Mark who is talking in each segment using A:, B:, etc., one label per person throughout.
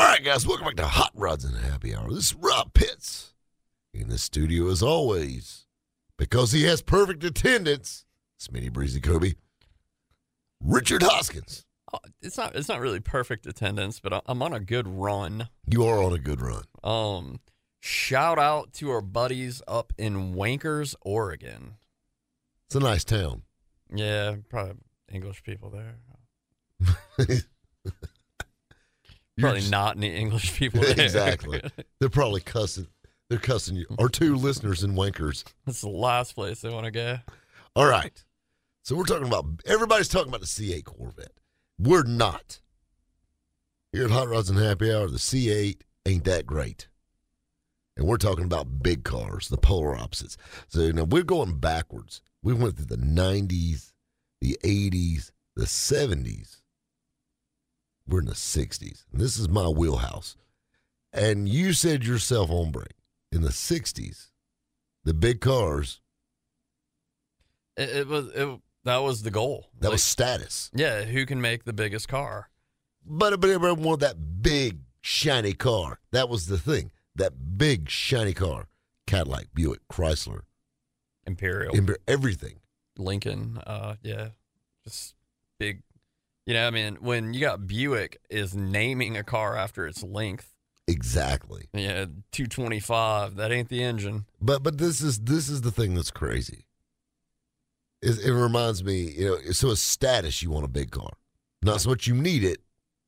A: All right, guys, welcome back to Hot Rods and Happy Hour. This is Rob Pitts in the studio as always because he has perfect attendance. Smitty Breezy Kobe, Richard Hoskins.
B: Uh, It's not it's not really perfect attendance, but I- I'm on a good run.
A: You are on a good run.
B: Um, shout out to our buddies up in Wankers, Oregon.
A: It's a nice town.
B: Yeah, probably English people there.
A: You're
B: Probably
A: just-
B: not any English people there.
A: exactly. They're probably cussing. They're cussing you. Our two listeners in Wankers.
B: That's the last place they want to go.
A: All right. So we're talking about everybody's talking about the C8 Corvette. We're not. Here at Hot Rods and Happy Hour, the C8 ain't that great. And we're talking about big cars, the polar opposites. So you know, we're going backwards. We went through the 90s, the 80s, the 70s. We're in the 60s. And this is my wheelhouse. And you said yourself on break in the 60s, the big cars,
B: It, it was it, that was the goal.
A: that was
B: Like,
A: status.
B: yeah. Who can make the biggest car?
A: but but everyone wanted that big shiny car. That was the thing. That big shiny car, Cadillac, Buick, Chrysler,
B: Imperial,
A: Ember, everything.
B: Lincoln. Uh, yeah, just big. You know, I mean, when you got Buick is naming a car after its length.
A: Exactly.
B: Yeah, two twenty five. That ain't the engine.
A: But but this is this is the thing that's crazy. It, it reminds me, you know, so it's status. You want a big car, not so much you need it.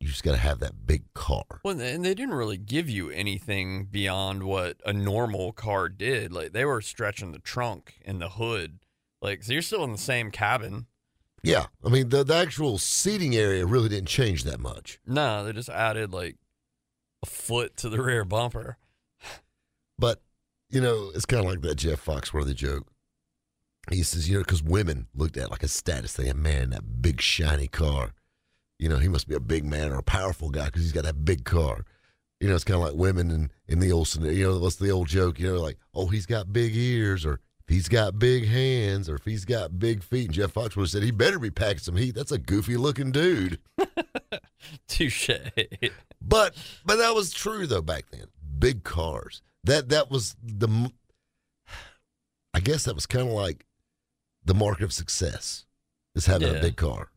A: You just got to have that big car.
B: Well, and they didn't really give you anything beyond what a normal car did. Like they were stretching the trunk and the hood. Like so, you're still in the same cabin.
A: Yeah, I mean the the actual seating area really didn't change that much.
B: No, they just added like a foot to the rear bumper.
A: But, you know, it's kind of like that Jeff Foxworthy joke. He says, you know, because women looked at it like a status thing. And man, that big shiny car. You know, he must be a big man or a powerful guy because he's got that big car. You know, it's kind of like women in, in the old scenario. You know, what's the old joke? You know, like, oh, he's got big ears or if he's got big hands or if he's got big feet. And Jeff Foxworthy said, he better be packing some heat. That's a goofy looking dude.
B: Touche.
A: But but that was true though back then. Big cars. That that was the. m- I guess that was kind of like the market of success is having a
B: Yeah.
A: big car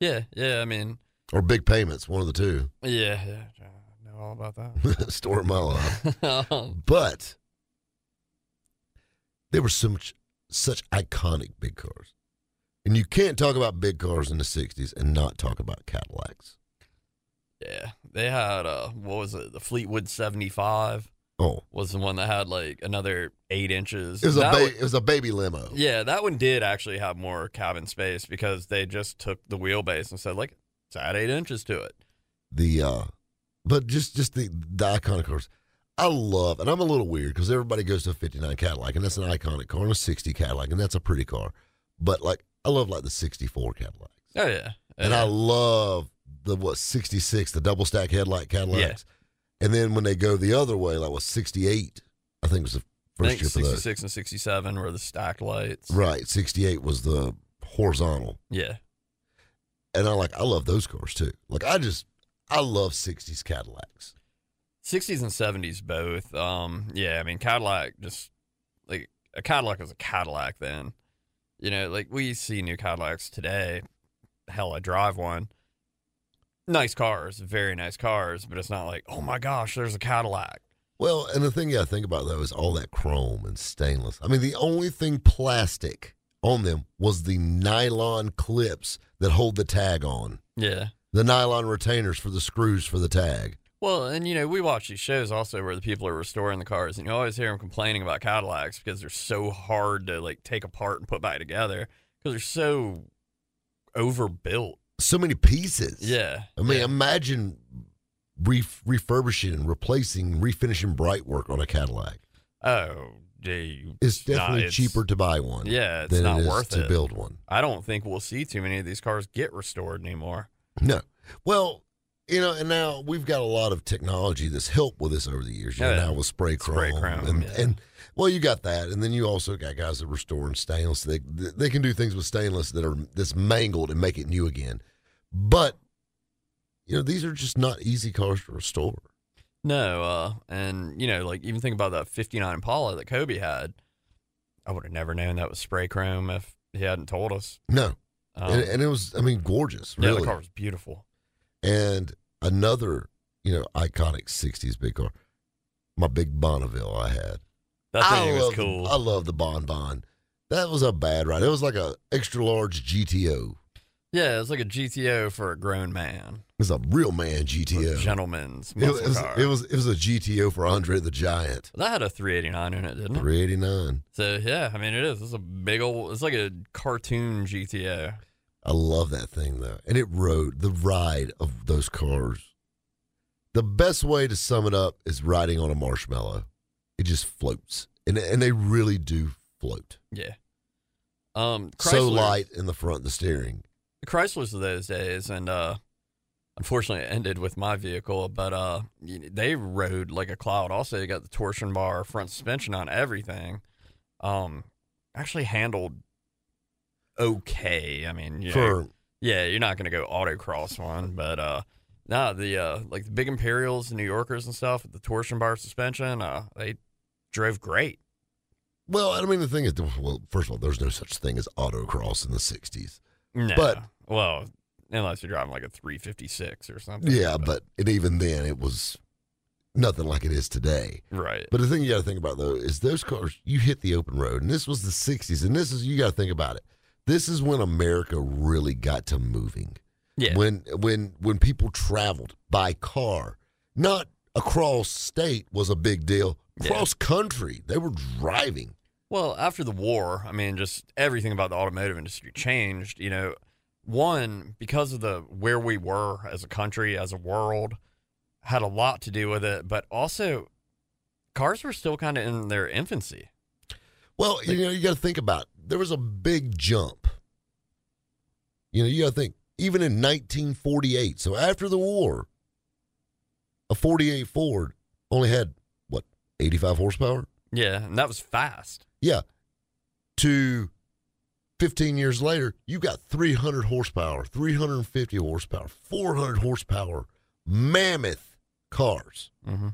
B: yeah, yeah. I mean,
A: or big payments. One of the two.
B: yeah, yeah. I know all about that.
A: Story of my life.
B: um,
A: But there were so much such iconic big cars, and you can't talk about big cars in the '60s and not talk about Cadillacs.
B: yeah, they had uh, what was it? The Fleetwood seventy five
A: Oh,
B: was the one that had like another eight inches.
A: it was a
B: That
A: ba-
B: one-
A: it was a baby limo.
B: Yeah, that one did actually have more cabin space because they just took the wheelbase and said, like, it's add eight inches to it.
A: the uh but just just the the iconic cars i love and i'm a little weird because everybody goes to a 59 cadillac and that's an iconic car and a 60 cadillac and that's a pretty car but like i love like the 64 cadillacs
B: Oh, yeah.
A: and i love the what 66 the double stack headlight cadillacs and then when they go the other way like was 68 i think was the
B: I
A: first
B: think
A: year for those
B: 66 and 67 were the stack lights.
A: right 68 was the horizontal
B: Yeah.
A: and i like i love those cars too like i just i love 60s cadillacs
B: 60s and 70s both. Um, yeah, I mean, Cadillac just like a Cadillac was a Cadillac then. You know, like we see new Cadillacs today. Hell, I drive one. Nice cars, very nice cars, but it's not like, oh my gosh, there's a Cadillac.
A: Well, and the thing you got to think about though is all that chrome and stainless. I mean, the only thing plastic on them was the nylon clips that hold the tag on,
B: Yeah.
A: the nylon retainers for the screws for the tag.
B: Well, and you know, we watch these shows also where the people are restoring the cars, and you always hear them complaining about Cadillacs because they're so hard to like take apart and put back together because they're so overbuilt.
A: So many pieces.
B: Yeah,
A: I mean,
B: yeah.
A: imagine re- refurbishing, replacing, refinishing bright work on a Cadillac.
B: Oh, gee,
A: It's
B: nah,
A: definitely
B: it's-
A: cheaper to buy one.
B: Yeah, it's
A: than
B: not
A: it is
B: worth
A: to
B: it.
A: build one.
B: I don't think we'll see too many of these cars get restored anymore.
A: No. Well, you know, and now we've got a lot of technology that's helped with this over the years. You know,
B: Yeah.
A: now with spray chrome,
B: Spray chrome,
A: and,
B: yeah.
A: and well, you got that, and then you also got guys that restore and stainless. They they can do things with stainless that are that's mangled and make it new again. But you know, these are just not easy cars to restore.
B: No, uh, and you know, like even think about that '59 Impala that Kobe had. I would have never known that was spray chrome if he hadn't told us.
A: No,
B: Um,
A: and, and it was I mean gorgeous,
B: yeah,
A: really.
B: the car was beautiful.
A: and another you know iconic '60s big car, my big Bonneville I had.
B: That thing was
A: love,
B: cool.
A: I love the Bon Bon. That was a bad ride. It was like a extra large GTO. It
B: yeah, it was like a GTO for a grown man,
A: was a real man
B: It was a
A: GTO.
B: gentleman's
A: It
B: muscle
A: was,
B: car.
A: it was it was a GTO for Andre the Giant.
B: that had a 389 in it, didn't it?
A: 389.
B: So yeah, I mean it is. It's a big old. It's like a cartoon GTO.
A: I love that thing though. And it rode the ride of those cars. The best way to sum it up is riding on a marshmallow. It just floats. And and they really do float.
B: Yeah. Um, Chrysler,
A: So light in the front of the steering.
B: the Chrysler's of those days, and uh, unfortunately, it ended with my vehicle. But uh, y- they rode like a cloud. Also, you got the torsion bar, front suspension on everything. Um, actually handled okay. I mean, yeah,
A: For
B: yeah, you're not gonna go autocross one, but uh, nah, the uh, like the big Imperials, the New Yorkers and stuff with the torsion bar suspension, uh, they drove great.
A: well, I mean the thing is well, first of all, there's no such thing as autocross in the sixties.
B: No,
A: But-
B: well, unless you're driving like a 356 or something.
A: Yeah, but and even then, it was nothing like it is today.
B: right,
A: But the thing you got to think about though is those cars. You hit the open road, and this was the '60s, and this is you got to think about it. This is when America really got to moving.
B: yeah,
A: When when when people traveled by car, not across state was a big deal.
B: Yeah.
A: Cross country, they were driving.
B: Well, after the war, I mean, just everything about the automotive industry changed. You know, one because of the where we were as a country, as a world, had a lot to do with it. But also, cars were still kind of in their infancy.
A: Well, you know, you got to think about it. there was a big jump. You know, you got to think even in 1948. So after the war, a 48 Ford only had what 85 horsepower.
B: Yeah, and that was fast.
A: Yeah, to 15 years later, you got 300 horsepower, 350 horsepower, 400 horsepower, mammoth cars
B: Mm-hmm.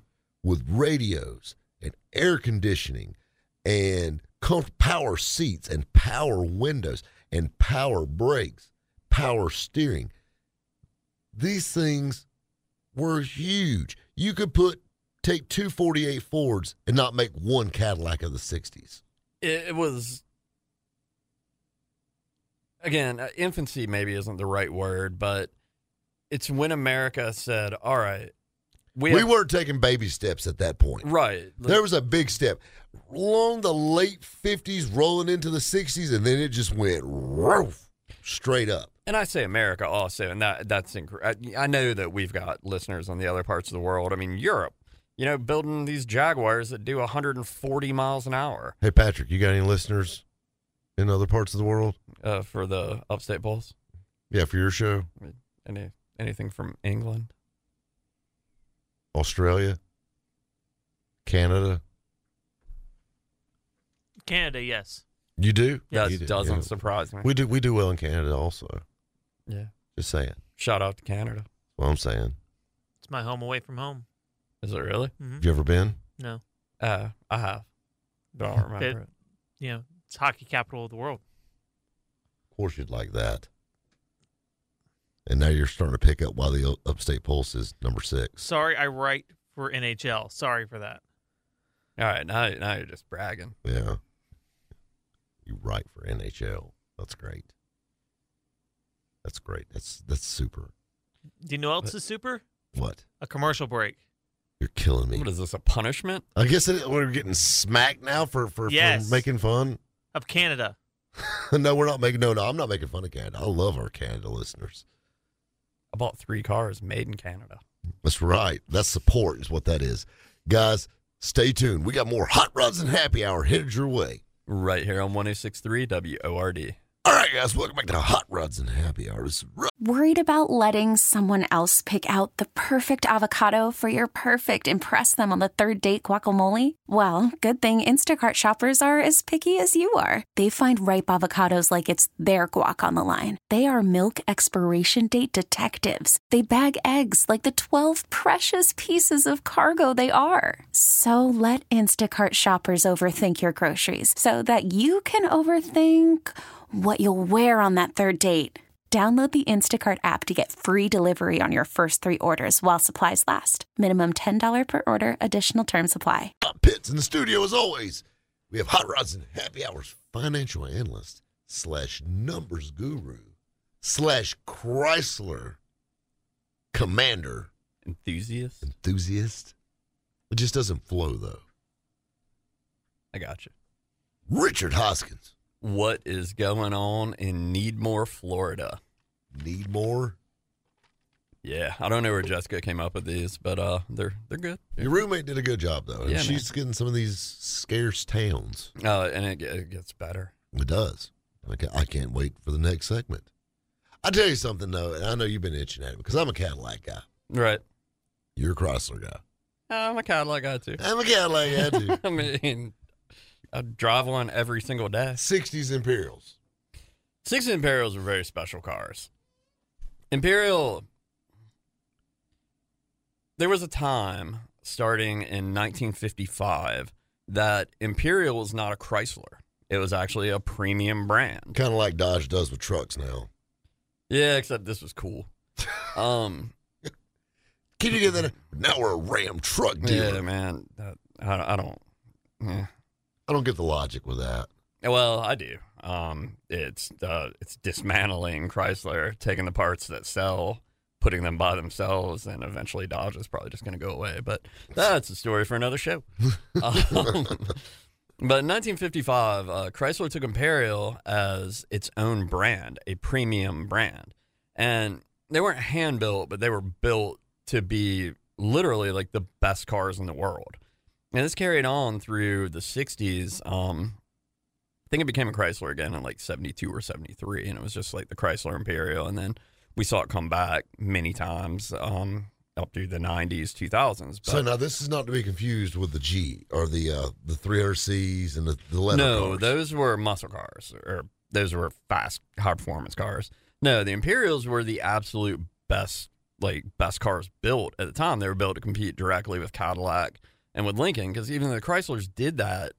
A: with radios and air conditioning and com- power seats and power windows and power brakes, power steering. These things were huge. You could put take two 48 Fords and not make one Cadillac of the 60s.
B: it, it was again uh, infancy maybe isn't the right word but it's when america said all right
A: We,
B: have-
A: weren't taking baby steps at that point.
B: right like,
A: There was a big step along the late 50s rolling into the 60s and then it just went roof, straight up.
B: and i say america also and that that's incorrect I, I know that we've got listeners on the other parts of the world i mean europe you know building these jaguars that do 140 miles an hour
A: Hey Patrick, you got any listeners in other parts of the world?
B: uh, for the upstate bulls
A: Yeah, for your show,
B: any anything from england
A: Australia, Canada.
C: Canada, yes.
A: You do?
B: that
A: You do,
B: doesn't
A: yeah.
B: surprise me
A: We do we do well in Canada also.
B: yeah
A: Just saying. That's
B: shout out to canada
A: what I'm saying.
C: It's my home away from home.
B: is it really
C: hmm
A: You ever been?
C: No,
B: Uh, I have. Don't remember
C: It-
B: it.
C: you know it's hockey capital of the world.
A: Of course you'd like that. And now you're starting to pick up why the upstate pulse is number six.
C: Sorry, I write for NHL. Sorry for that.
B: All right, now now you're just bragging.
A: Yeah. You write for NHL. That's great. That's great. That's that's super.
C: Do you know what else is super?
A: What?
C: A commercial break.
A: You're killing me.
B: What is this? A punishment?
A: I guess it, we're getting smacked now for for,
C: Yes.
A: for making fun.
C: Of Canada.
A: no, we're not making. No, no, I'm not making fun of Canada. I love our Canada listeners.
B: I bought three cars made in Canada.
A: That's right. That's support is what that is. Guys, stay tuned. We got more Hot Rods and Happy Hour headed your way.
B: Right here on 1063 WORD.
A: All right, guys, welcome back to Hot Rods and Happy Hour. This is Rod-
D: Worried about letting someone else pick out the perfect avocado for your perfect impress them on the third date guacamole? Well, good thing Instacart shoppers are as picky as you are. They find ripe avocados like it's their guac on the line. They are milk expiration date detectives. They bag eggs like the 12 precious pieces of cargo they are. So let Instacart shoppers overthink your groceries so that you can overthink what you'll wear on that third date. Download the Instacart app to get free delivery on your first three orders while supplies last. Minimum $10 per order, additional term supply.
A: Bob Pitts in the studio as always. We have Hot Rods and Happy Hours financial analyst slash numbers guru slash Chrysler commander
B: Enthusiast?
A: enthusiast. It just doesn't flow though.
B: I got you.
A: Richard Hoskins.
B: What is going on in Needmore, Florida?
A: Need more?
B: Yeah, I don't know where Jessica came up with these, but uh, they're they're good.
A: Your roommate did a good job though. And
B: Yeah, man.
A: she's getting some of these scarce towns.
B: Uh, and it, ge- it gets better.
A: It does. I ca- I can't wait for the next segment. I tell you something though, and I know you've been itching at it because I'm a Cadillac guy.
B: Right.
A: You're a Chrysler guy.
B: Uh, I'm a Cadillac guy too.
A: I'm a Cadillac guy too.
B: I mean, I drive one every single day.
A: 60s Imperials.
B: Six Imperials are very special cars. Imperial. There was a time starting in 1955 that Imperial was not a Chrysler. It was actually a premium brand.
A: Kind of like Dodge does with trucks now.
B: Yeah, except this was cool. Um,
A: Can you get that? Now we're a Ram truck dealer.
B: yeah, man, that, I, I don't. Yeah.
A: I don't get the logic with that.
B: Well, I do. Um, it's uh, it's dismantling Chrysler, taking the parts that sell, putting them by themselves, and eventually Dodge is probably just going to go away. But that's a story for another show. um, but in 1955, uh, Chrysler took Imperial as its own brand, a premium brand, and they weren't hand built, but they were built to be literally like the best cars in the world. And this carried on through the 60s. Um, I think it became a Chrysler again in like 72 or 73, and it was just like the Chrysler Imperial. And then we saw it come back many times um, up through the 90s, 2000s. But
A: So now this is not to be confused with the G or the uh, the 3RCs and the, the letter
B: no,
A: cars.
B: those were muscle cars, or those were fast, high performance cars. No, the Imperials were the absolute best, like best cars built at the time. They were built to compete directly with Cadillac and with Lincoln, because even though the Chryslers did that,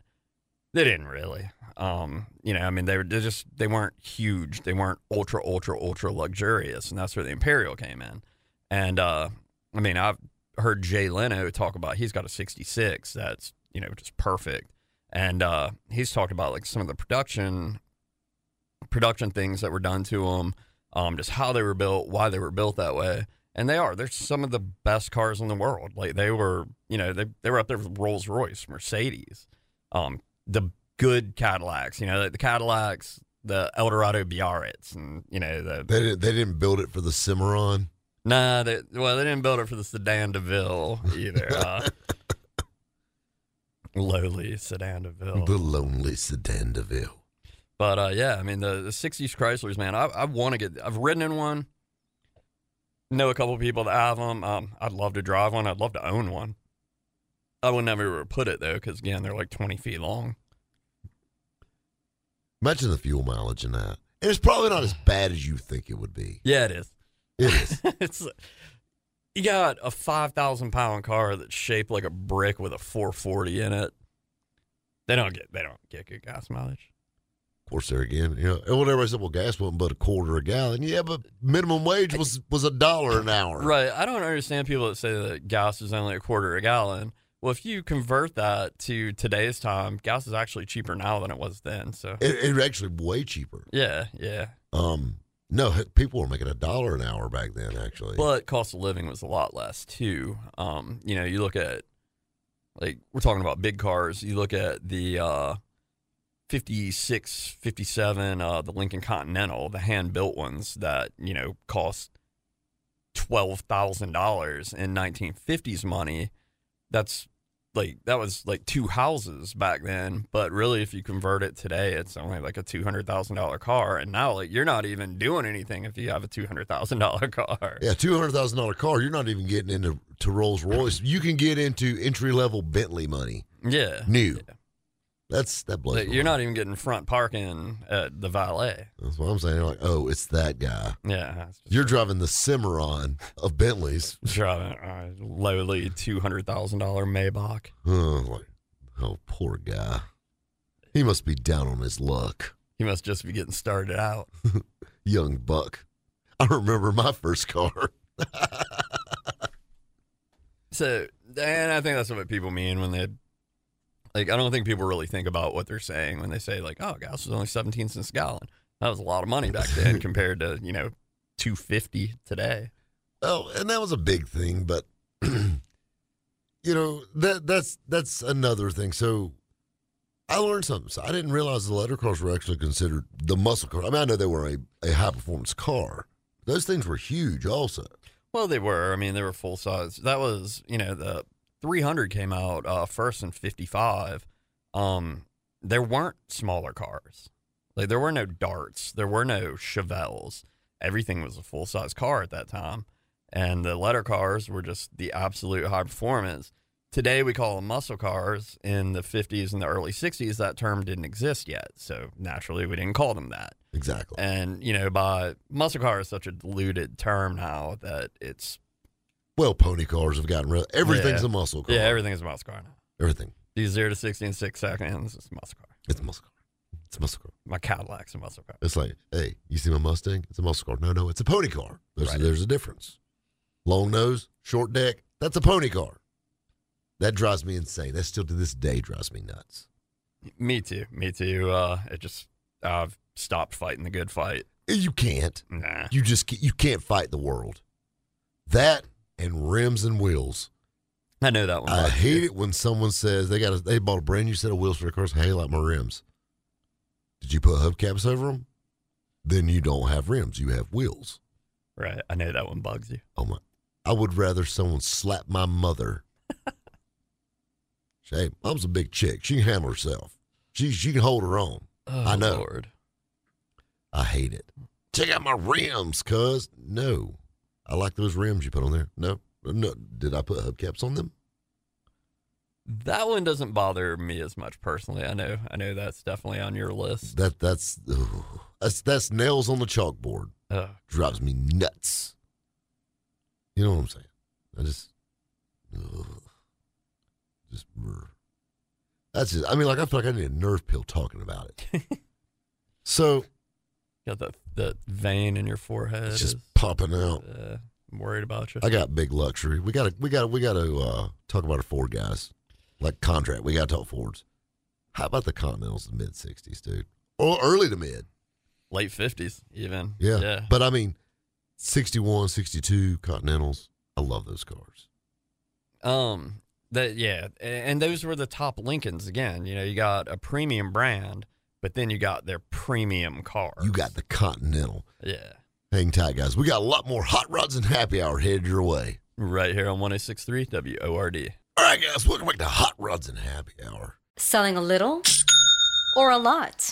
B: they didn't really. Um, you know, I mean, they were they just they weren't huge. They weren't ultra, ultra, ultra luxurious, and that's where the Imperial came in. And uh, I mean, I've heard Jay Leno talk about he's got a '66 that's you know just perfect and uh, he's talked about like some of the production production things that were done to them, um, just how they were built, why they were built that way, and they are. They're some of the best cars in the world. Like they were, you know, they they were up there with Rolls Royce, Mercedes, um, the good Cadillacs, you know, like the Cadillacs, the Eldorado Biarritz, and you know the
A: They didn't, they didn't build it for the Cimarron.
B: Nah, they, well, they didn't build it for the sedan DeVille either. Uh, lowly sedan DeVille.
A: The lonely Sedan DeVille.
B: But uh, yeah, I mean the, the '60s Chryslers, man. I, I want to get. I've ridden in one. Know a couple people that have them. Um, I'd love to drive one. I'd love to own one. I would never put it though, because again, they're like 20 feet long.
A: Imagine the fuel mileage in that. And it's probably not as bad as you think it would be.
B: Yeah, it is.
A: It is.
B: it's you got a 5,000 pound car that's shaped like a brick with a 440 in it. They don't get they don't get good gas mileage.
A: of course, there again, you know, and when everybody said, "Well, gas wasn't but a quarter a gallon," yeah, but minimum wage was was a dollar an hour.
B: Right. I don't understand people that say that gas is only a quarter a gallon. Well, if you convert that to today's time, gas is actually cheaper now than it was then. So
A: It, it actually way cheaper.
B: yeah, yeah.
A: Um, no, heck, people were making a dollar an hour back then. Actually,
B: But cost of living was a lot less too. Um, you know, you look at like we're talking about big cars. You look at the uh, 56, 57, uh, the Lincoln Continental, the hand built ones that you know cost twelve thousand dollars in nineteen fifties money, that's like that was like two houses back then. But really, if you convert it today, it's only like a two hundred thousand dollar car. And now, like you're not even doing anything if you have a two hundred thousand dollar car.
A: Yeah, two hundred thousand dollar car. You're not even getting into to Rolls Royce. You can get into entry level Bentley money.
B: Yeah,
A: New.
B: Yeah.
A: That's that blows.
B: Like,
A: my
B: you're
A: mind.
B: not even getting front parking at the valet.
A: That's what I'm saying. You're like, oh, it's that guy.
B: Yeah, it's just
A: You're driving the Cimarron of Bentleys.
B: driving a lowly two hundred thousand dollar Maybach.
A: Oh, like, oh, poor guy. He must be down on his luck,
B: He must just be getting started out.
A: young buck. I remember my first car.
B: So, and I think that's what people mean when they, like, I don't think people really think about what they're saying when they say, like, oh, gas was only 17 cents a gallon. That was a lot of money back then compared to, you know, 250 today.
A: Oh, and that was a big thing, but you know that that's that's another thing. So I learned something. So I didn't realize the letter cars were actually considered the muscle car. I mean, I know they were a, a high performance car. Those things were huge, also.
B: Well, they were. I mean, they were full size. That was, you know, the 300 came out uh, first in 55. Um, there weren't smaller cars. Like, there were no darts, there were no Chevelles. Everything was a full size car at that time. And the letter cars were just the absolute high performance. Today, we call them muscle cars. In the 50s and the early 60s, that term didn't exist yet. So, naturally, we didn't call them that.
A: Exactly.
B: And, you know, by muscle car is such a diluted term now that it's
A: well, pony cars have gotten real. Everything's
B: Yeah.
A: a muscle car.
B: Yeah, everything is a muscle car now.
A: Everything.
B: These zero to sixty in six seconds is a muscle car.
A: It's a muscle car. It's a muscle car.
B: My Cadillac's a muscle car.
A: It's like, hey, you see my Mustang? It's a muscle car. No, no, it's a pony car. There's,
B: Right.
A: there's a difference. Long nose, short deck, that's a pony car. That drives me insane. That still to this day drives me nuts.
B: Me too. Me too. Uh, it just I've stopped fighting the good fight.
A: You can't.
B: Nah.
A: You just ca- you can't fight the world. That and rims and wheels.
B: I know that one.
A: I
B: much.
A: hate it when someone says they got a, they bought a brand new set of wheels for their cars. Hey, I like my rims. Did you put hubcaps over them? Then you don't have rims. You have wheels.
B: Right. I know that one bugs you.
A: Oh my! I would rather someone slap my mother. hey, mom's a big chick. She can handle herself. She she can hold her own. I
B: Oh,
A: know.
B: Lord.
A: I hate it. Check out my rims, cuz. No, I like those rims you put on there. No, no. Did I put hubcaps on them?
B: That one doesn't bother me as much personally. I know. I know that's definitely on your list.
A: That that's that's that's nails on the chalkboard.
B: Ugh.
A: Drives me nuts. You know what I'm saying? I just, ugh. just. brr. That's just. I mean, like I feel like I need a nerve pill talking about it. so
B: got that that vein in your forehead.
A: it's just
B: is-
A: popping out.
B: uh, I'm worried about you.
A: I got big luxury. We got to, we got, to, we got to uh, talk about our Ford guys, like contract. We got to talk Fords. How about the Continentals in the mid '60s, dude, or early to mid?
B: Late fifties, even.
A: Yeah.
B: Yeah.
A: But I mean, 61, 62 Continentals. I love those cars.
B: Um, that yeah, a- and those were the top Lincolns again. You know, you got a premium brand, but then you got their premium car.
A: You got the Continental.
B: yeah,
A: Hang tight, guys. We got a lot more hot rods and happy hour headed your way.
B: right here on 106.3 WORD.
A: All right, guys, welcome back to Hot Rods and Happy Hour.
E: Selling a little or a lot?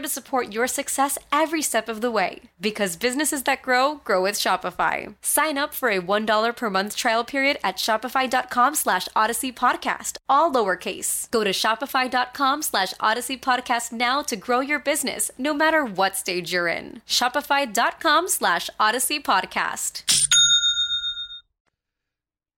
E: to support your success every step of the way. Because businesses that grow grow with Shopify. Sign up for a $1 per month trial period at Shopify.com slash Odyssey Podcast, all lowercase. Go to Shopify.com slash Odyssey Podcast now to grow your business, no matter what stage you're in. Shopify.com slash Odyssey Podcast.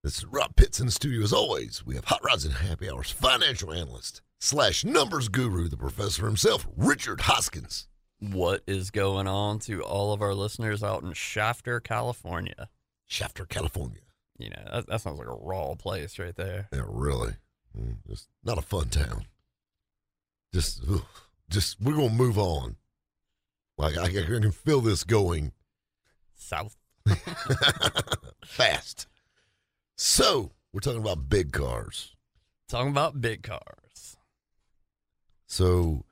A: This is Rob Pitts in the studio. As always, we have Hot Rods and Happy Hours financial analyst slash numbers guru, the professor himself, Richard Hoskins.
B: What is going on to all of our listeners out in Shafter, California?
A: Shafter, California.
B: You know, that, that sounds like a raw place right there.
A: Yeah, really. Mm, It's not a fun town. Just, ugh, just we're gonna move on. Like I, I can feel this going
B: South.
A: fast. So we're talking about big cars.
B: Talking about big cars.
A: So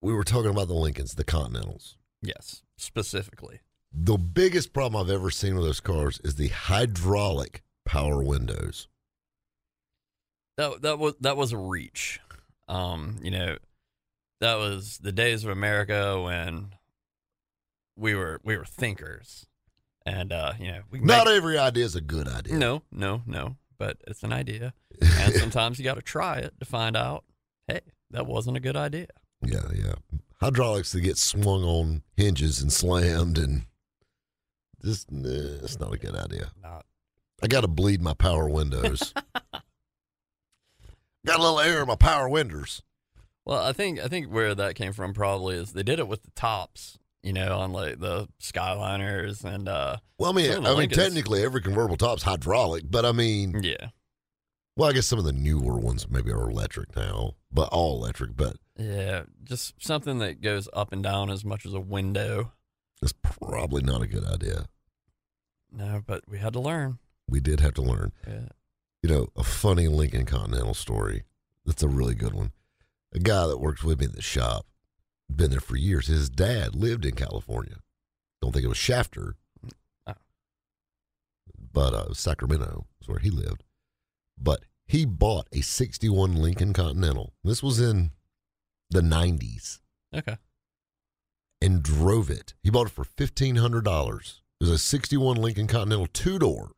A: we were talking about the Lincolns, the Continentals.
B: Yes, specifically.
A: The biggest problem I've ever seen with those cars is the hydraulic power windows.
B: that that was that was a reach. Um, you know, that was the days of America when we were we were thinkers, and uh, you know, we can
A: Not
B: make-
A: every idea is a good idea.
B: no, no, no, but it's an idea, and sometimes you got to try it to find out. Hey, that wasn't a good idea.
A: Yeah, yeah. Hydraulics that get swung on hinges and slammed, and just nah, it's not a good idea.
B: Not
A: I got to bleed my power windows. got a little air in my power windows.
B: well. I think I think where that came from probably is they did it with the tops. You know, on like the Skyliners and uh,
A: Well, I mean,
B: Some of the
A: I mean,
B: Lincolns.
A: technically every convertible top's hydraulic, but I mean,
B: yeah,
A: well, I guess some of the newer ones maybe are electric now, but all electric. But
B: yeah, just something that goes up and down as much as a window.
A: it's probably not a good idea.
B: No, but we had to learn.
A: We did have to learn.
B: Yeah.
A: you know, a funny Lincoln Continental story. That's a really good one. A guy that works with me at the shop, been there for years. His dad lived in California. Don't think it was Shafter,
B: Oh.
A: but uh, Sacramento is where he lived. But he bought a 61 Lincoln Continental. This was in the 90s
B: Okay.
A: and drove it. He bought it for $1,500. It was a 61 Lincoln Continental two door.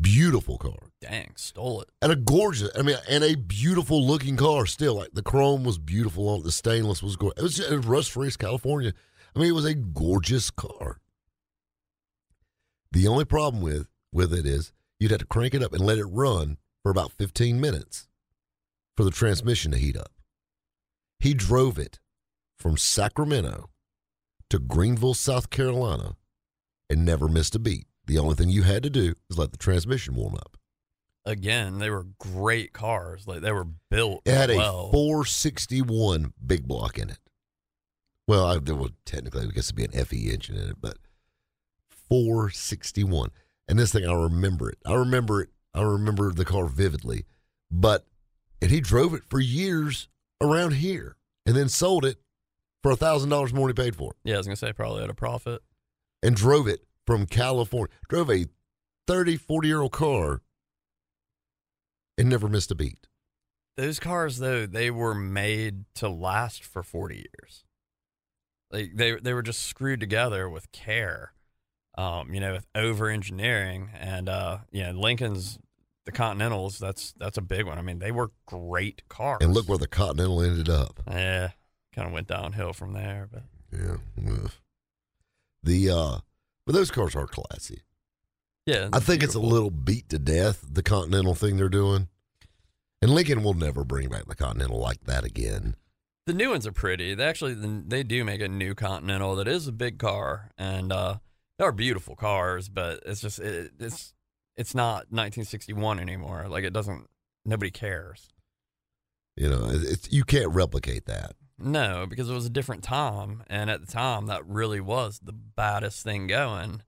A: Beautiful car
B: Dang, stole it.
A: and a gorgeous i mean and a beautiful looking car still like the chrome was beautiful on it, the stainless was gorgeous it was just rust free california i mean it was a gorgeous car the only problem with with it is you'd have to crank it up and let it run for about 15 minutes for the transmission to heat up he drove it from sacramento to greenville south carolina and never missed a beat the only thing you had to do is let the transmission warm up
B: Again, they were great cars. Like they were built.
A: It had
B: well.
A: a 461 big block in it. Well, I, there was technically, I guess it'd be an FE engine in it, but 461. And this thing, I remember it. I remember it. I remember the car vividly. But, and he drove it for years around here and then sold it for a $1,000 more than he paid for
B: Yeah, I was gonna say probably at a profit.
A: it and drove it from California. Drove a 30, 40 year old car and never missed a beat.
B: Those cars though, they were made to last for forty years. Like they they were just screwed together with care. Um, you know, with over engineering and uh, you know, Lincoln's the Continentals, that's that's a big one. I mean, they were great cars.
A: And look where the Continental ended up.
B: Yeah. Kind of went downhill from there, but
A: Yeah. ugh. The uh but those cars are classy.
B: yeah.
A: I think it's a
B: beautiful.
A: little beat to death the Continental thing they're doing. And Lincoln will never bring back the Continental like that again.
B: The new ones are pretty. They actually they do make a new Continental that is a big car, and uh, they are beautiful cars. But it's just it, it's it's not 1961 anymore. Like it doesn't nobody cares.
A: You know, it- it's you can't replicate that.
B: No, because it was a different time, and at the time that really was the baddest thing going.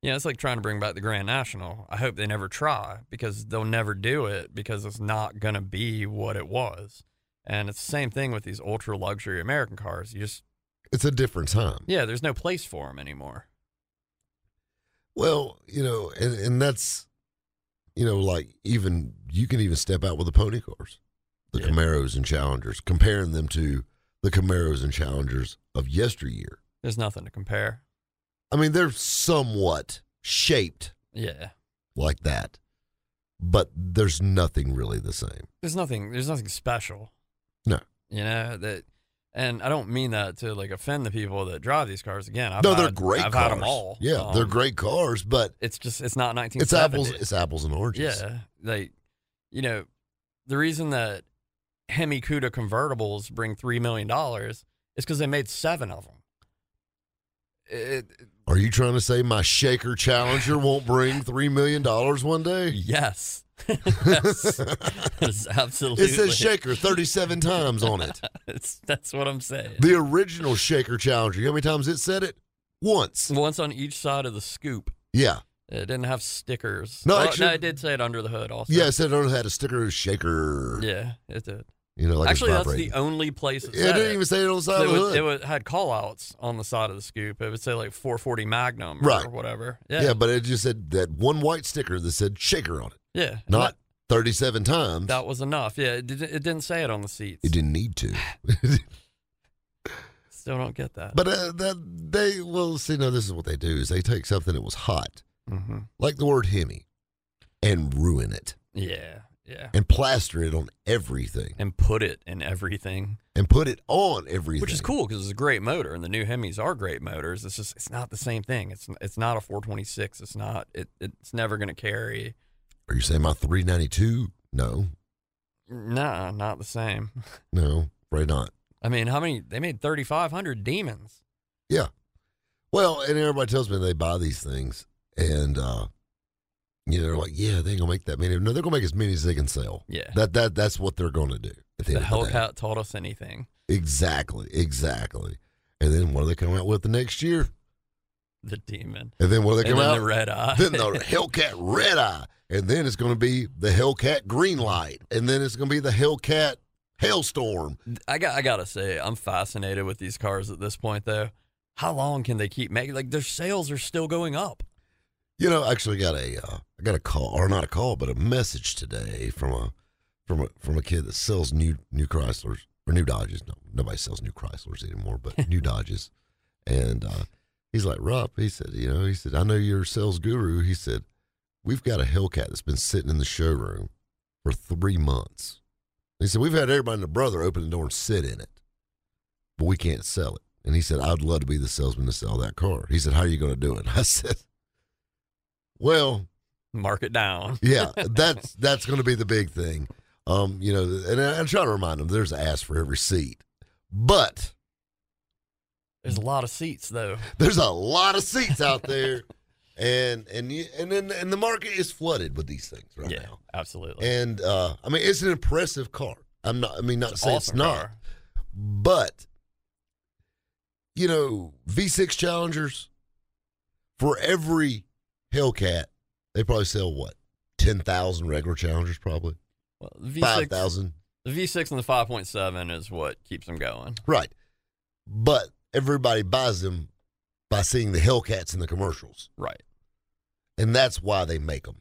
B: You know, it's like trying to bring back the Grand National. I hope they never try because they'll never do it because it's not gonna be what it was. And it's the same thing with these ultra luxury American cars. You just
A: It's a different time.
B: Yeah, there's no place for them anymore.
A: Well, you know, and, and that's you know, like even you can even step out with the pony cars, the
B: Yeah.
A: Camaros and Challengers, comparing them to the Camaros and Challengers of yesteryear.
B: There's nothing to compare.
A: I mean, they're somewhat shaped
B: Yeah.
A: like that, but there's nothing really the same.
B: There's nothing. There's nothing special.
A: No.
B: You know that, and I don't mean that to like offend the people that drive these cars. Again, I've
A: no, they're
B: had-
A: great
B: I've
A: cars.
B: had them all.
A: Yeah, they're
B: Um,
A: great cars, but
B: It's just it's not 1970.
A: it's apples. It's apples and oranges.
B: Yeah, like you know, the reason that Hemi Cuda convertibles bring three million dollars is because they made seven of them. It,
A: Are you trying to say my Shaker Challenger won't bring three million dollars one day?
B: yes, yes, That is absolutely.
A: It says Shaker thirty-seven times on it.
B: It's- that's what I'm saying.
A: The original Shaker Challenger. You know how many times it said it? Once.
B: Once on each side of the scoop.
A: Yeah.
B: It didn't have stickers.
A: No,
B: Oh,
A: actually-
B: no, it did say it under the hood also.
A: Yeah, it said it had a sticker Shaker.
B: yeah, it did.
A: You know, like
B: Actually,
A: it's
B: that's
A: vibrating.
B: the only place it
A: It
B: said
A: didn't even say it on the side
B: it,
A: of the
B: was,
A: hood.
B: it was, had call outs on the side of the scoop. It would say like 440 Magnum
A: Right.
B: or whatever.
A: yeah.
B: Yeah. Yeah.
A: but it just said that one white sticker that said Shaker on it.
B: and
A: Not thirty-seven times.
B: that, that was enough. Yeah. It, did, it didn't say it on the seats.
A: it didn't need to.
B: Still don't get that.
A: but uh, that they well see. No, this is what they do: is they take something that was hot,
B: hmm
A: like the word Hemi, and ruin it
B: yeah. Yeah.
A: and plaster it on everything
B: And put it in everything,
A: and put it on everything,
B: which is cool because it's a great motor, and the new Hemis are great motors. It's just it's not the same thing. It's it's not a 426. It's not it, it's never going to carry.
A: Are you saying my three ninety-two? No,
B: Nah, not the same.
A: no, right not.
B: I mean, how many? They made 3,500 demons.
A: Yeah. Well, and everybody tells me they buy these things, and uh, you know they're like, yeah, they ain't gonna make that many. No, they're gonna make as many as they can sell.
B: Yeah.
A: That that that's what they're gonna do. At the
B: The
A: end of the day.
B: Hellcat taught us anything.
A: Exactly, exactly. And then what do they come out with the next year?
B: The demon.
A: And then what do
B: And
A: they
B: then
A: come out?
B: the red eye.
A: then the Hellcat Red Eye, and then it's going to be the Hellcat Green Light, and then it's going to be the Hellcat Hailstorm.
B: I got. I gotta say, I'm fascinated with these cars at this point, though. How long can they keep making? Like their sales are still going up.
A: You know, I actually got a uh, I got a call or not a call, but a message today from a from a from a kid that sells new new Chryslers or new Dodges. No, nobody sells new Chryslers anymore, but new Dodges. And uh, he's like, Rob, he said, you know, he said, I know you're a sales guru. He said, we've got a Hellcat that's been sitting in the showroom for three months. He said, we've had everybody and their brother open the door and sit in it, but we can't sell it. And he said, I'd love to be the salesman to sell that car. He said, how are you going to do it? I said, well,
B: Mark it down.
A: yeah, that's that's going to be the big thing. Um, you know, and I, I try to remind them there's an ass for every seat, but
B: There's a lot of seats though.
A: there's a lot of seats out there, and and you, and then and the market is flooded with these things right
B: yeah,
A: now.
B: absolutely.
A: And uh, I mean, it's an impressive car. I'm not. I mean, not to
B: It's
A: say it's
B: awesome
A: not,
B: car.
A: but you know, V6 Challengers for every Hellcat, they probably sell what ten thousand regular Challengers, probably
B: Well, the V6
A: five thousand.
B: The V6 and the 5.7 is what keeps them going.
A: Right. But everybody buys them by seeing the Hellcats in the commercials.
B: Right.
A: And that's why they make them.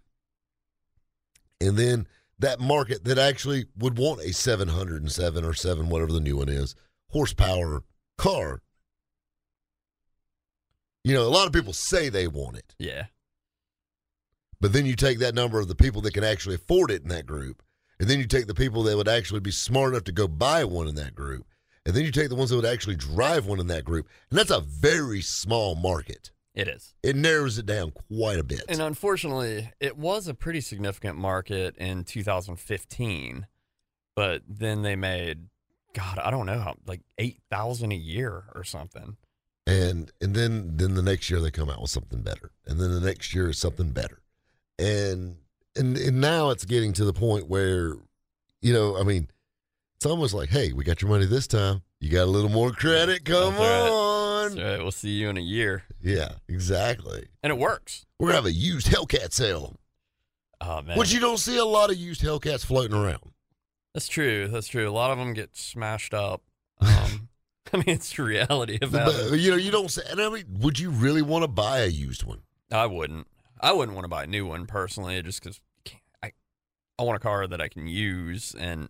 A: And then that market that actually would want a 707 or 7, whatever the new one is, horsepower car. You know, a lot of people say they want it,
B: Yeah.
A: but then you take that number of the people that can actually afford it in that group, and then you take the people that would actually be smart enough to go buy one in that group, and then you take the ones that would actually drive one in that group, and that's a very small market.
B: It is.
A: It narrows it down quite a bit.
B: And uh, unfortunately, it was a pretty significant market in 2015, but then they made, God, I don't know, how like 8,000 a year or something.
A: and and then then the next year they come out with something better and then the next year is something better and and and now it's getting to the point where you know i mean it's almost like hey we got your money this time you got a little more credit come
B: That's right.
A: on
B: So we'll see you in a year.
A: yeah exactly
B: And it works.
A: we're gonna have a used hellcat sale
B: Oh, man.
A: which you don't see a lot of used hellcats floating around
B: That's true. That's true. A lot of them get smashed up. Um, I mean, it's the reality about it.
A: but, you know you don't see and i mean would you really want to buy a used one
B: I wouldn't. I wouldn't want to buy a new one personally, just because I I want a car that I can use, and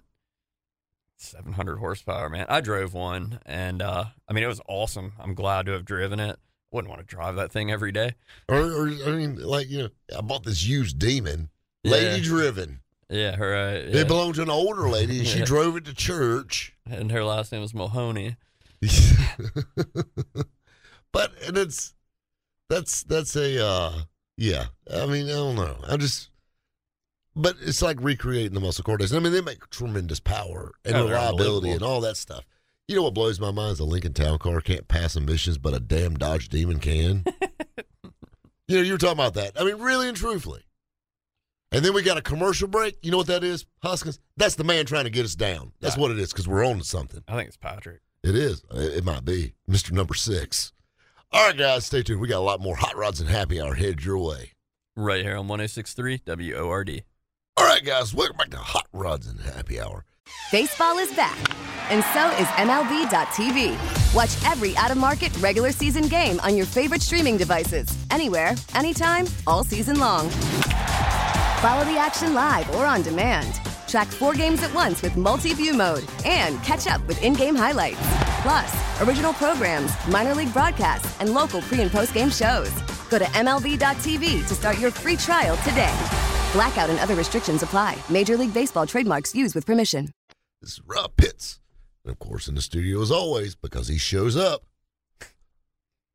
B: 700 horsepower, man. I drove one, and uh, I mean, it was awesome. I'm glad to have driven it. Wouldn't want to drive that thing every day.
A: Or, or I mean, like you know, I bought this used demon,
B: Yeah.
A: lady driven.
B: Yeah, right. yeah.
A: It belonged to an older lady. and She
B: Yeah.
A: drove it to church.
B: and her last name was Mahoney.
A: but and it's that's that's a uh yeah. I mean, I don't know. I just but it's like recreating the muscle car days. I mean, they make tremendous power and
B: Oh, they're
A: reliability
B: unbelievable.
A: and all that stuff. You know what blows my mind is a Lincoln Town Car can't pass emissions, but a damn Dodge Demon can. you know, you were talking about that. I mean, really and truthfully. And then we got a commercial break. You know what that is, Hoskins? That's the man trying to get us down. That's
B: Right.
A: what it is because we're on to something.
B: I think it's Patrick.
A: It is. It it might be. Mr. Number Six. All right, guys, stay tuned. We got a lot more Hot Rods and Happy Hour headed your way.
B: Right here on 1063 WORD.
A: All right, guys, welcome back to Hot Rods and Happy Hour.
F: Baseball is back, and so is MLB.tv. Watch every out of market regular season game on your favorite streaming devices, anywhere, anytime, all season long. Follow the action live or on demand. Track four games at once with multi view mode and catch up with in game highlights. Plus, original programs, minor league broadcasts, and local pre and post game shows. Go to MLB.tv to start your free trial today. Blackout and other restrictions apply. Major League Baseball trademarks used with permission.
A: This is Rob Pitts. And of course, in the studio as always, because he shows up,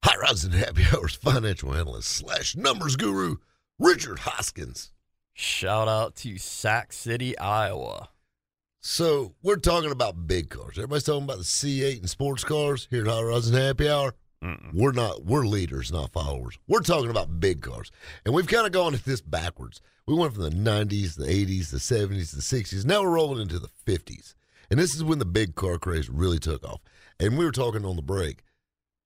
A: Hot Rods and Happy Hour's financial analyst slash numbers guru, Richard Hoskins.
B: Shout out to Sac City, Iowa.
A: So we're talking about big cars. Everybody's talking about the C8 and sports cars here at Hot Rods and Happy Hour. We're not we're leaders, not followers. We're talking about big cars, and we've kind of gone at this backwards. We went from the '90s, the '80s, the '70s, the '60s. Now we're rolling into the '50s, and this is when the big car craze really took off. And we were talking on the break.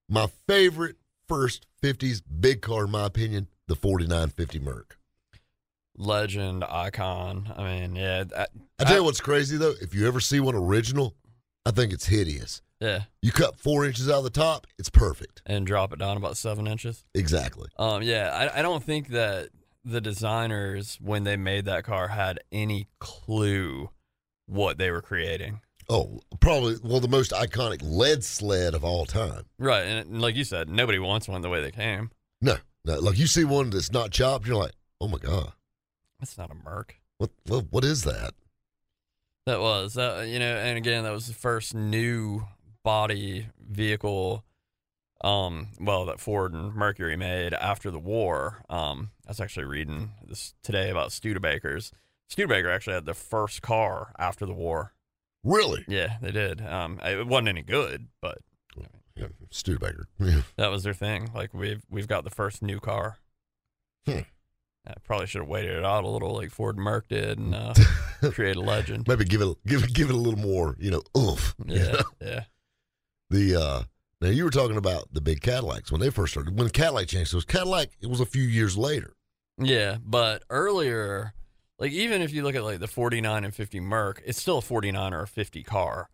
A: My favorite first '50s big car, in my opinion, the '4950 Merc.
B: Legend, icon. I mean, yeah. that-
A: I tell you what's crazy though, if you ever see one original, I think it's hideous.
B: Yeah.
A: You cut four inches out of the top, it's perfect.
B: And drop it down about seven inches.
A: Exactly.
B: Um, yeah, I, I don't think that the designers, when they made that car, had any clue what they were creating.
A: Oh, probably well the most iconic lead sled of all time.
B: Right. And like you said, nobody wants one the way they came.
A: No, no, like you see one that's not chopped, you're like, oh my god,
B: That's not a Merc.
A: what what, what is that?
B: That was, that, you know, and again, that was the first new body vehicle. Um, well, that Ford and Mercury made after the war. Um, I was actually reading this today about Studebakers. Studebaker actually had the first car after the war.
A: Really?
B: Yeah, they did. Um, it wasn't any good, but
A: Yeah, Studebaker. Yeah.
B: that was their thing. Like we've we've got the first new car.
A: Hmm.
B: I probably should have waited it out a little, like Ford Merc did, and uh, create a legend.
A: Maybe give it give it give it a little more, you know, oomph. you
B: Yeah,
A: know?
B: yeah.
A: The uh now you were talking about the big Cadillacs when they first started. When Cadillac changed, so it was Cadillac. It was a few years later.
B: Yeah, but earlier, like even if you look at like the 49 and 50 Merc, it's still a 49 or a 50 car.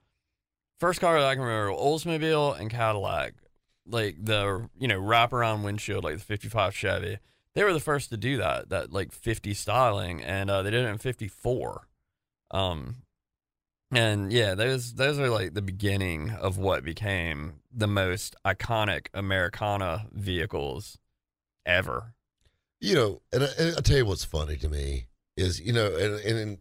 B: First car that I can remember, Oldsmobile and Cadillac, like the you know wraparound windshield, like the 55 Chevy. They were the first to do that, that like 50 styling, and uh, they did it in 54. Um, and yeah, those those are like the beginning of what became the most iconic Americana vehicles ever.
A: you know, and I, and I tell you what's funny to me is, you know, and and, and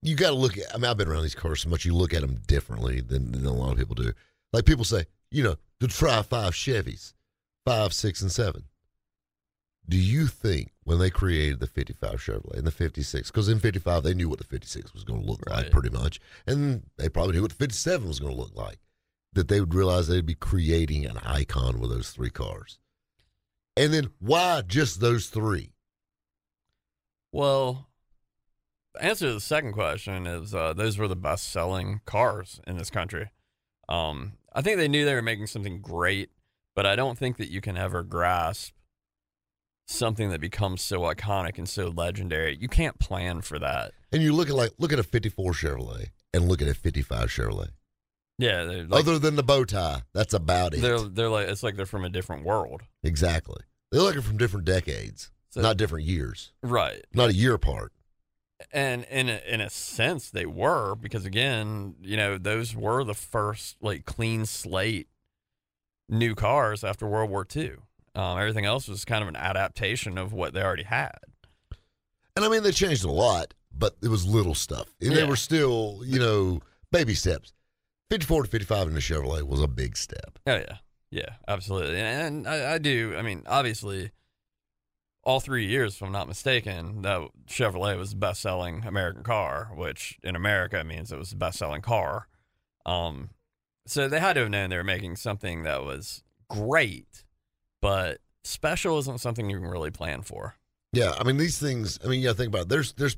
A: you got to look at. I mean, I've been around these cars so much. You look at them differently than, than a lot of people do. Like people say, you know, to try five Chevys, five, six, and seven. Do you think when they created the 55 Chevrolet and the 56, because in 55 they knew what the 56 was going to look like
B: Right.
A: pretty much, and they probably knew what the 57 was going to look like, that they would realize they'd be creating an icon with those three cars? And then why just those three?
B: Well, the answer to the second question is uh, those were the best selling cars in this country. Um, I think they knew they were making something great, but I don't think that you can ever grasp something that becomes so iconic and so legendary. You can't plan for that.
A: And you look at like look at a '54 Chevrolet and look at a '55 Chevrolet.
B: Yeah, they're like,
A: Other than the bow tie, that's about it.
B: they're they're like it's like they're from a different world,
A: exactly. They're looking from different decades,
B: So-
A: not different years,
B: right?
A: not a year apart.
B: and in a, in a sense they were because again you know those were the first like clean slate new cars after world war ii um, everything else was kind of an adaptation of what they already had
A: And I mean, they changed a lot, but it was little stuff. And They
B: Yeah.
A: were still, you know, baby steps. 54 to 55 in the Chevrolet was a big step.
B: Oh yeah, yeah, absolutely. And, and I, I do. I mean, obviously, all three years, if I'm not mistaken, that Chevrolet was the best-selling American car, which in America means it was the best-selling car. Um, so they had to have known they were making something that was great, but special isn't something you can really plan for.
A: Yeah, I mean these things. I mean, yeah, think about it. there's there's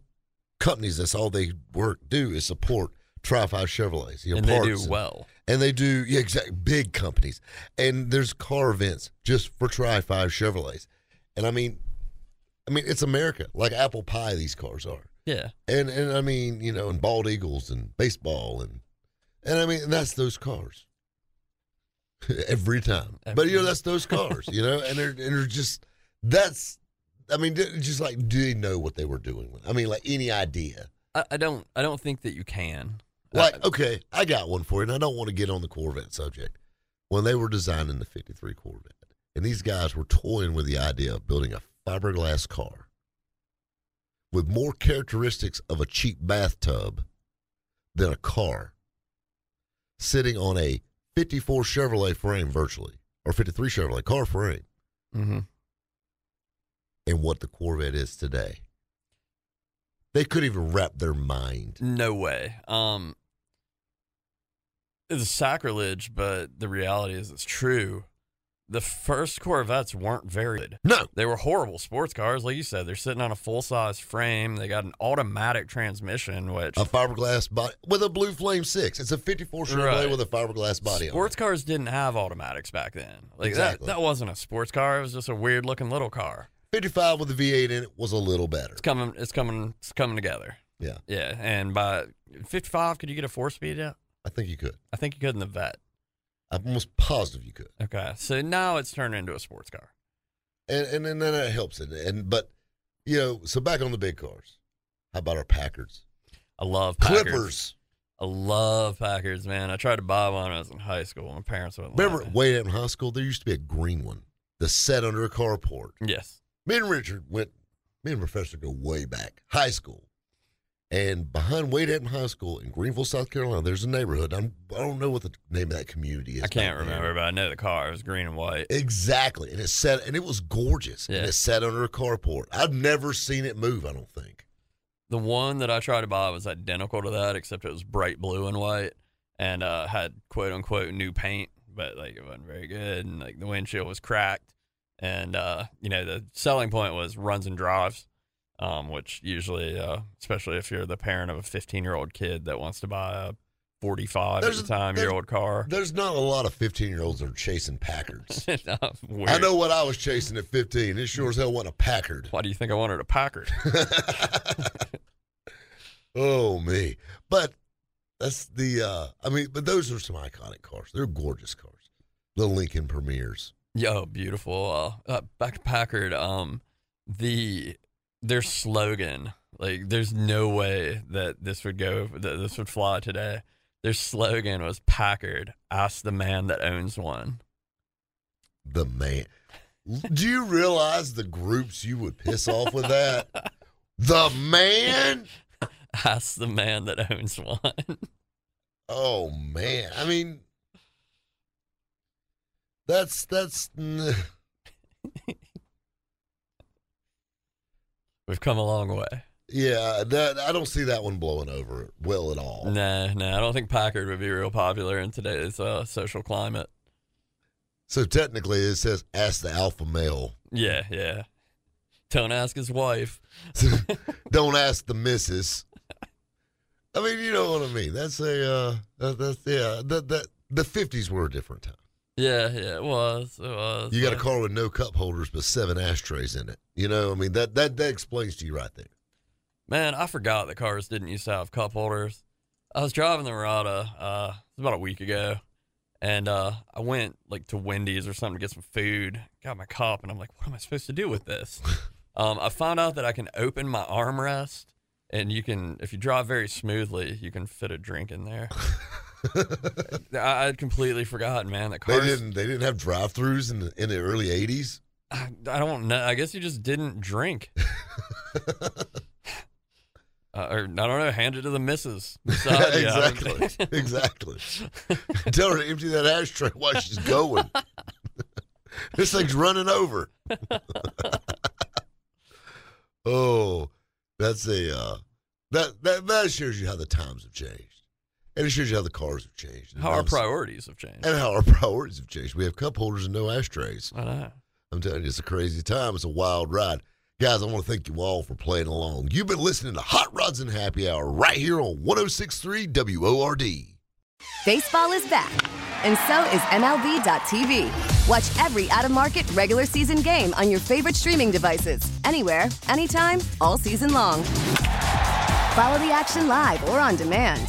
A: companies that's all they work do is support Tri Five Chevrolets, you know,
B: and they do
A: parts
B: well.
A: and they do yeah, exact big companies. And there's car events just for Tri Five Chevrolets, and I mean, I mean it's America, like apple pie. These cars are,
B: Yeah.
A: and and I mean you know, and bald eagles and baseball and and I mean and that's those cars every time. But you know
B: Every-
A: that's those cars, you know, and they're and they're just that's. I mean, d- just like, do they know what they were doing? I mean, like any idea?
B: I, I don't. I don't think that you can.
A: Like,
B: Uh,
A: okay, I got one for you, and I don't want to get on the Corvette subject. When they were designing the 53 Corvette, and these guys were toying with the idea of building a fiberglass car with more characteristics of a cheap bathtub than a car sitting on a 54 Chevrolet frame virtually, or 53 Chevrolet car frame,
B: mhm.
A: and what the Corvette is today. They couldn't even wrap their mind.
B: No way. Um, it's sacrilege, but the reality is it's true. The first Corvettes weren't very good.
A: No,
B: They were horrible sports cars, like you said. They're sitting on a full size frame. They got an automatic transmission, which
A: A fiberglass body with a blue flame six. It's a 54 Chevrolet
B: Right.
A: with a fiberglass body.
B: sports
A: on
B: cars didn't have automatics back then. Like
A: Exactly.
B: that, that wasn't a sports car. It was just a weird looking little car.
A: it. 55 with a V8 in it was a little better.
B: It's coming. It's coming. It's coming together.
A: Yeah,
B: Yeah, and by fifty five, could you get a four speed out?
A: I think you could.
B: I think you could in the vet.
A: I'm almost positive you could.
B: Okay, so now it's turned into a sports car.
A: And and, and then that helps it. And but you know, so back on the big cars. How about our Packards?
B: I love Packers.
A: Clippers.
B: I love Packers, man. I tried to buy one when I was in high school. My parents wouldn't let
A: Remember
B: me.
A: way out in high school, there used to be a green one that sat under a carport.
B: Yes.
A: Me and Richard went, me and Professor go way back, high school. And behind Wade Hampton High School in Greenville, South Carolina, there's a neighborhood. I'm, I don't know what the name of that community is.
B: I can't
A: back then.
B: remember, but I know the car. It was green and white.
A: Exactly. And it sat, and it was gorgeous.
B: Yeah.
A: And it sat under a carport. I've never seen it move, I don't think.
B: The one that I tried to buy was identical to that, except it was bright blue and white and uh, had quote unquote new paint, but like it wasn't very good. And like the windshield was cracked. And, uh, you know, the selling point was runs and drives, um, which usually, uh, especially if you're the parent of a 15 year old kid that wants to buy a 45
A: There's-
B: at the time
A: there's-
B: year old car.
A: There's not a lot of 15 year olds that are chasing Packards.
B: Weird.
A: I know what I was chasing at 15. It sure as hell wasn't a Packard.
B: Why do you think I wanted a Packard?
A: oh me but that's the uh i mean but those are some iconic cars they're gorgeous cars the lincoln premiers
B: Yo, beautiful. Uh, uh, back to Packard. Um, the their slogan, like, there's no way that this would go, that this would fly today. Their slogan was Packard, ask the man that owns one.
A: the man do you realize the groups you would piss off with that the man
B: Ask the man that owns one.
A: oh man i mean that's that's
B: We've come a long way.
A: yeah that i don't see that one blowing over well at all
B: Nah, nah, I don't think Packard would be real popular in today's uh, social climate.
A: so technically it says ask the alpha male
B: Yeah, yeah. Don't ask his wife.
A: don't ask the missus. I mean, you know what I mean. That's a uh, that, that's yeah. That that the fifties were a different time.
B: Yeah, yeah, it was. It was.
A: You got a
B: Uh,
A: car with no cup holders but seven ashtrays in it. You know, I mean that that that explains to you right there.
B: Man, I forgot that cars didn't used to have cup holders. I was driving the Murata uh, it was about a week ago, and uh, I went like to Wendy's or something to get some food. Got my cup, and I'm like, "What am I supposed to do with this?" um, I found out that I can open my armrest and you can if you drive very smoothly, you can fit a drink in there. I I'd completely forgotten, man. That
A: They
B: cars.
A: didn't. They didn't have drive-throughs in the in the early '80s.
B: I, I don't know. I guess you just didn't drink. Uh, or I don't know. Hand it to the missus. beside you. I don't
A: exactly.
B: think-
A: exactly. Tell her to empty that ashtray while she's going. this thing's running over. oh, that's a uh, that that that shows you how the times have changed, and it shows you how the cars have changed, and
B: How our
A: it's-
B: priorities have changed.
A: and how our priorities have changed. We have cup holders and no ashtrays.
B: I know.
A: I'm telling you, it's a crazy time. It's a wild ride. Guys, I want to thank you all for playing along. You've been listening to Hot Rods and Happy Hour right here on 1063 WORD.
F: Baseball is back, and so is MLB.tv. Watch every out of market regular season game on your favorite streaming devices, anywhere, anytime, all season long. Follow the action live or on demand.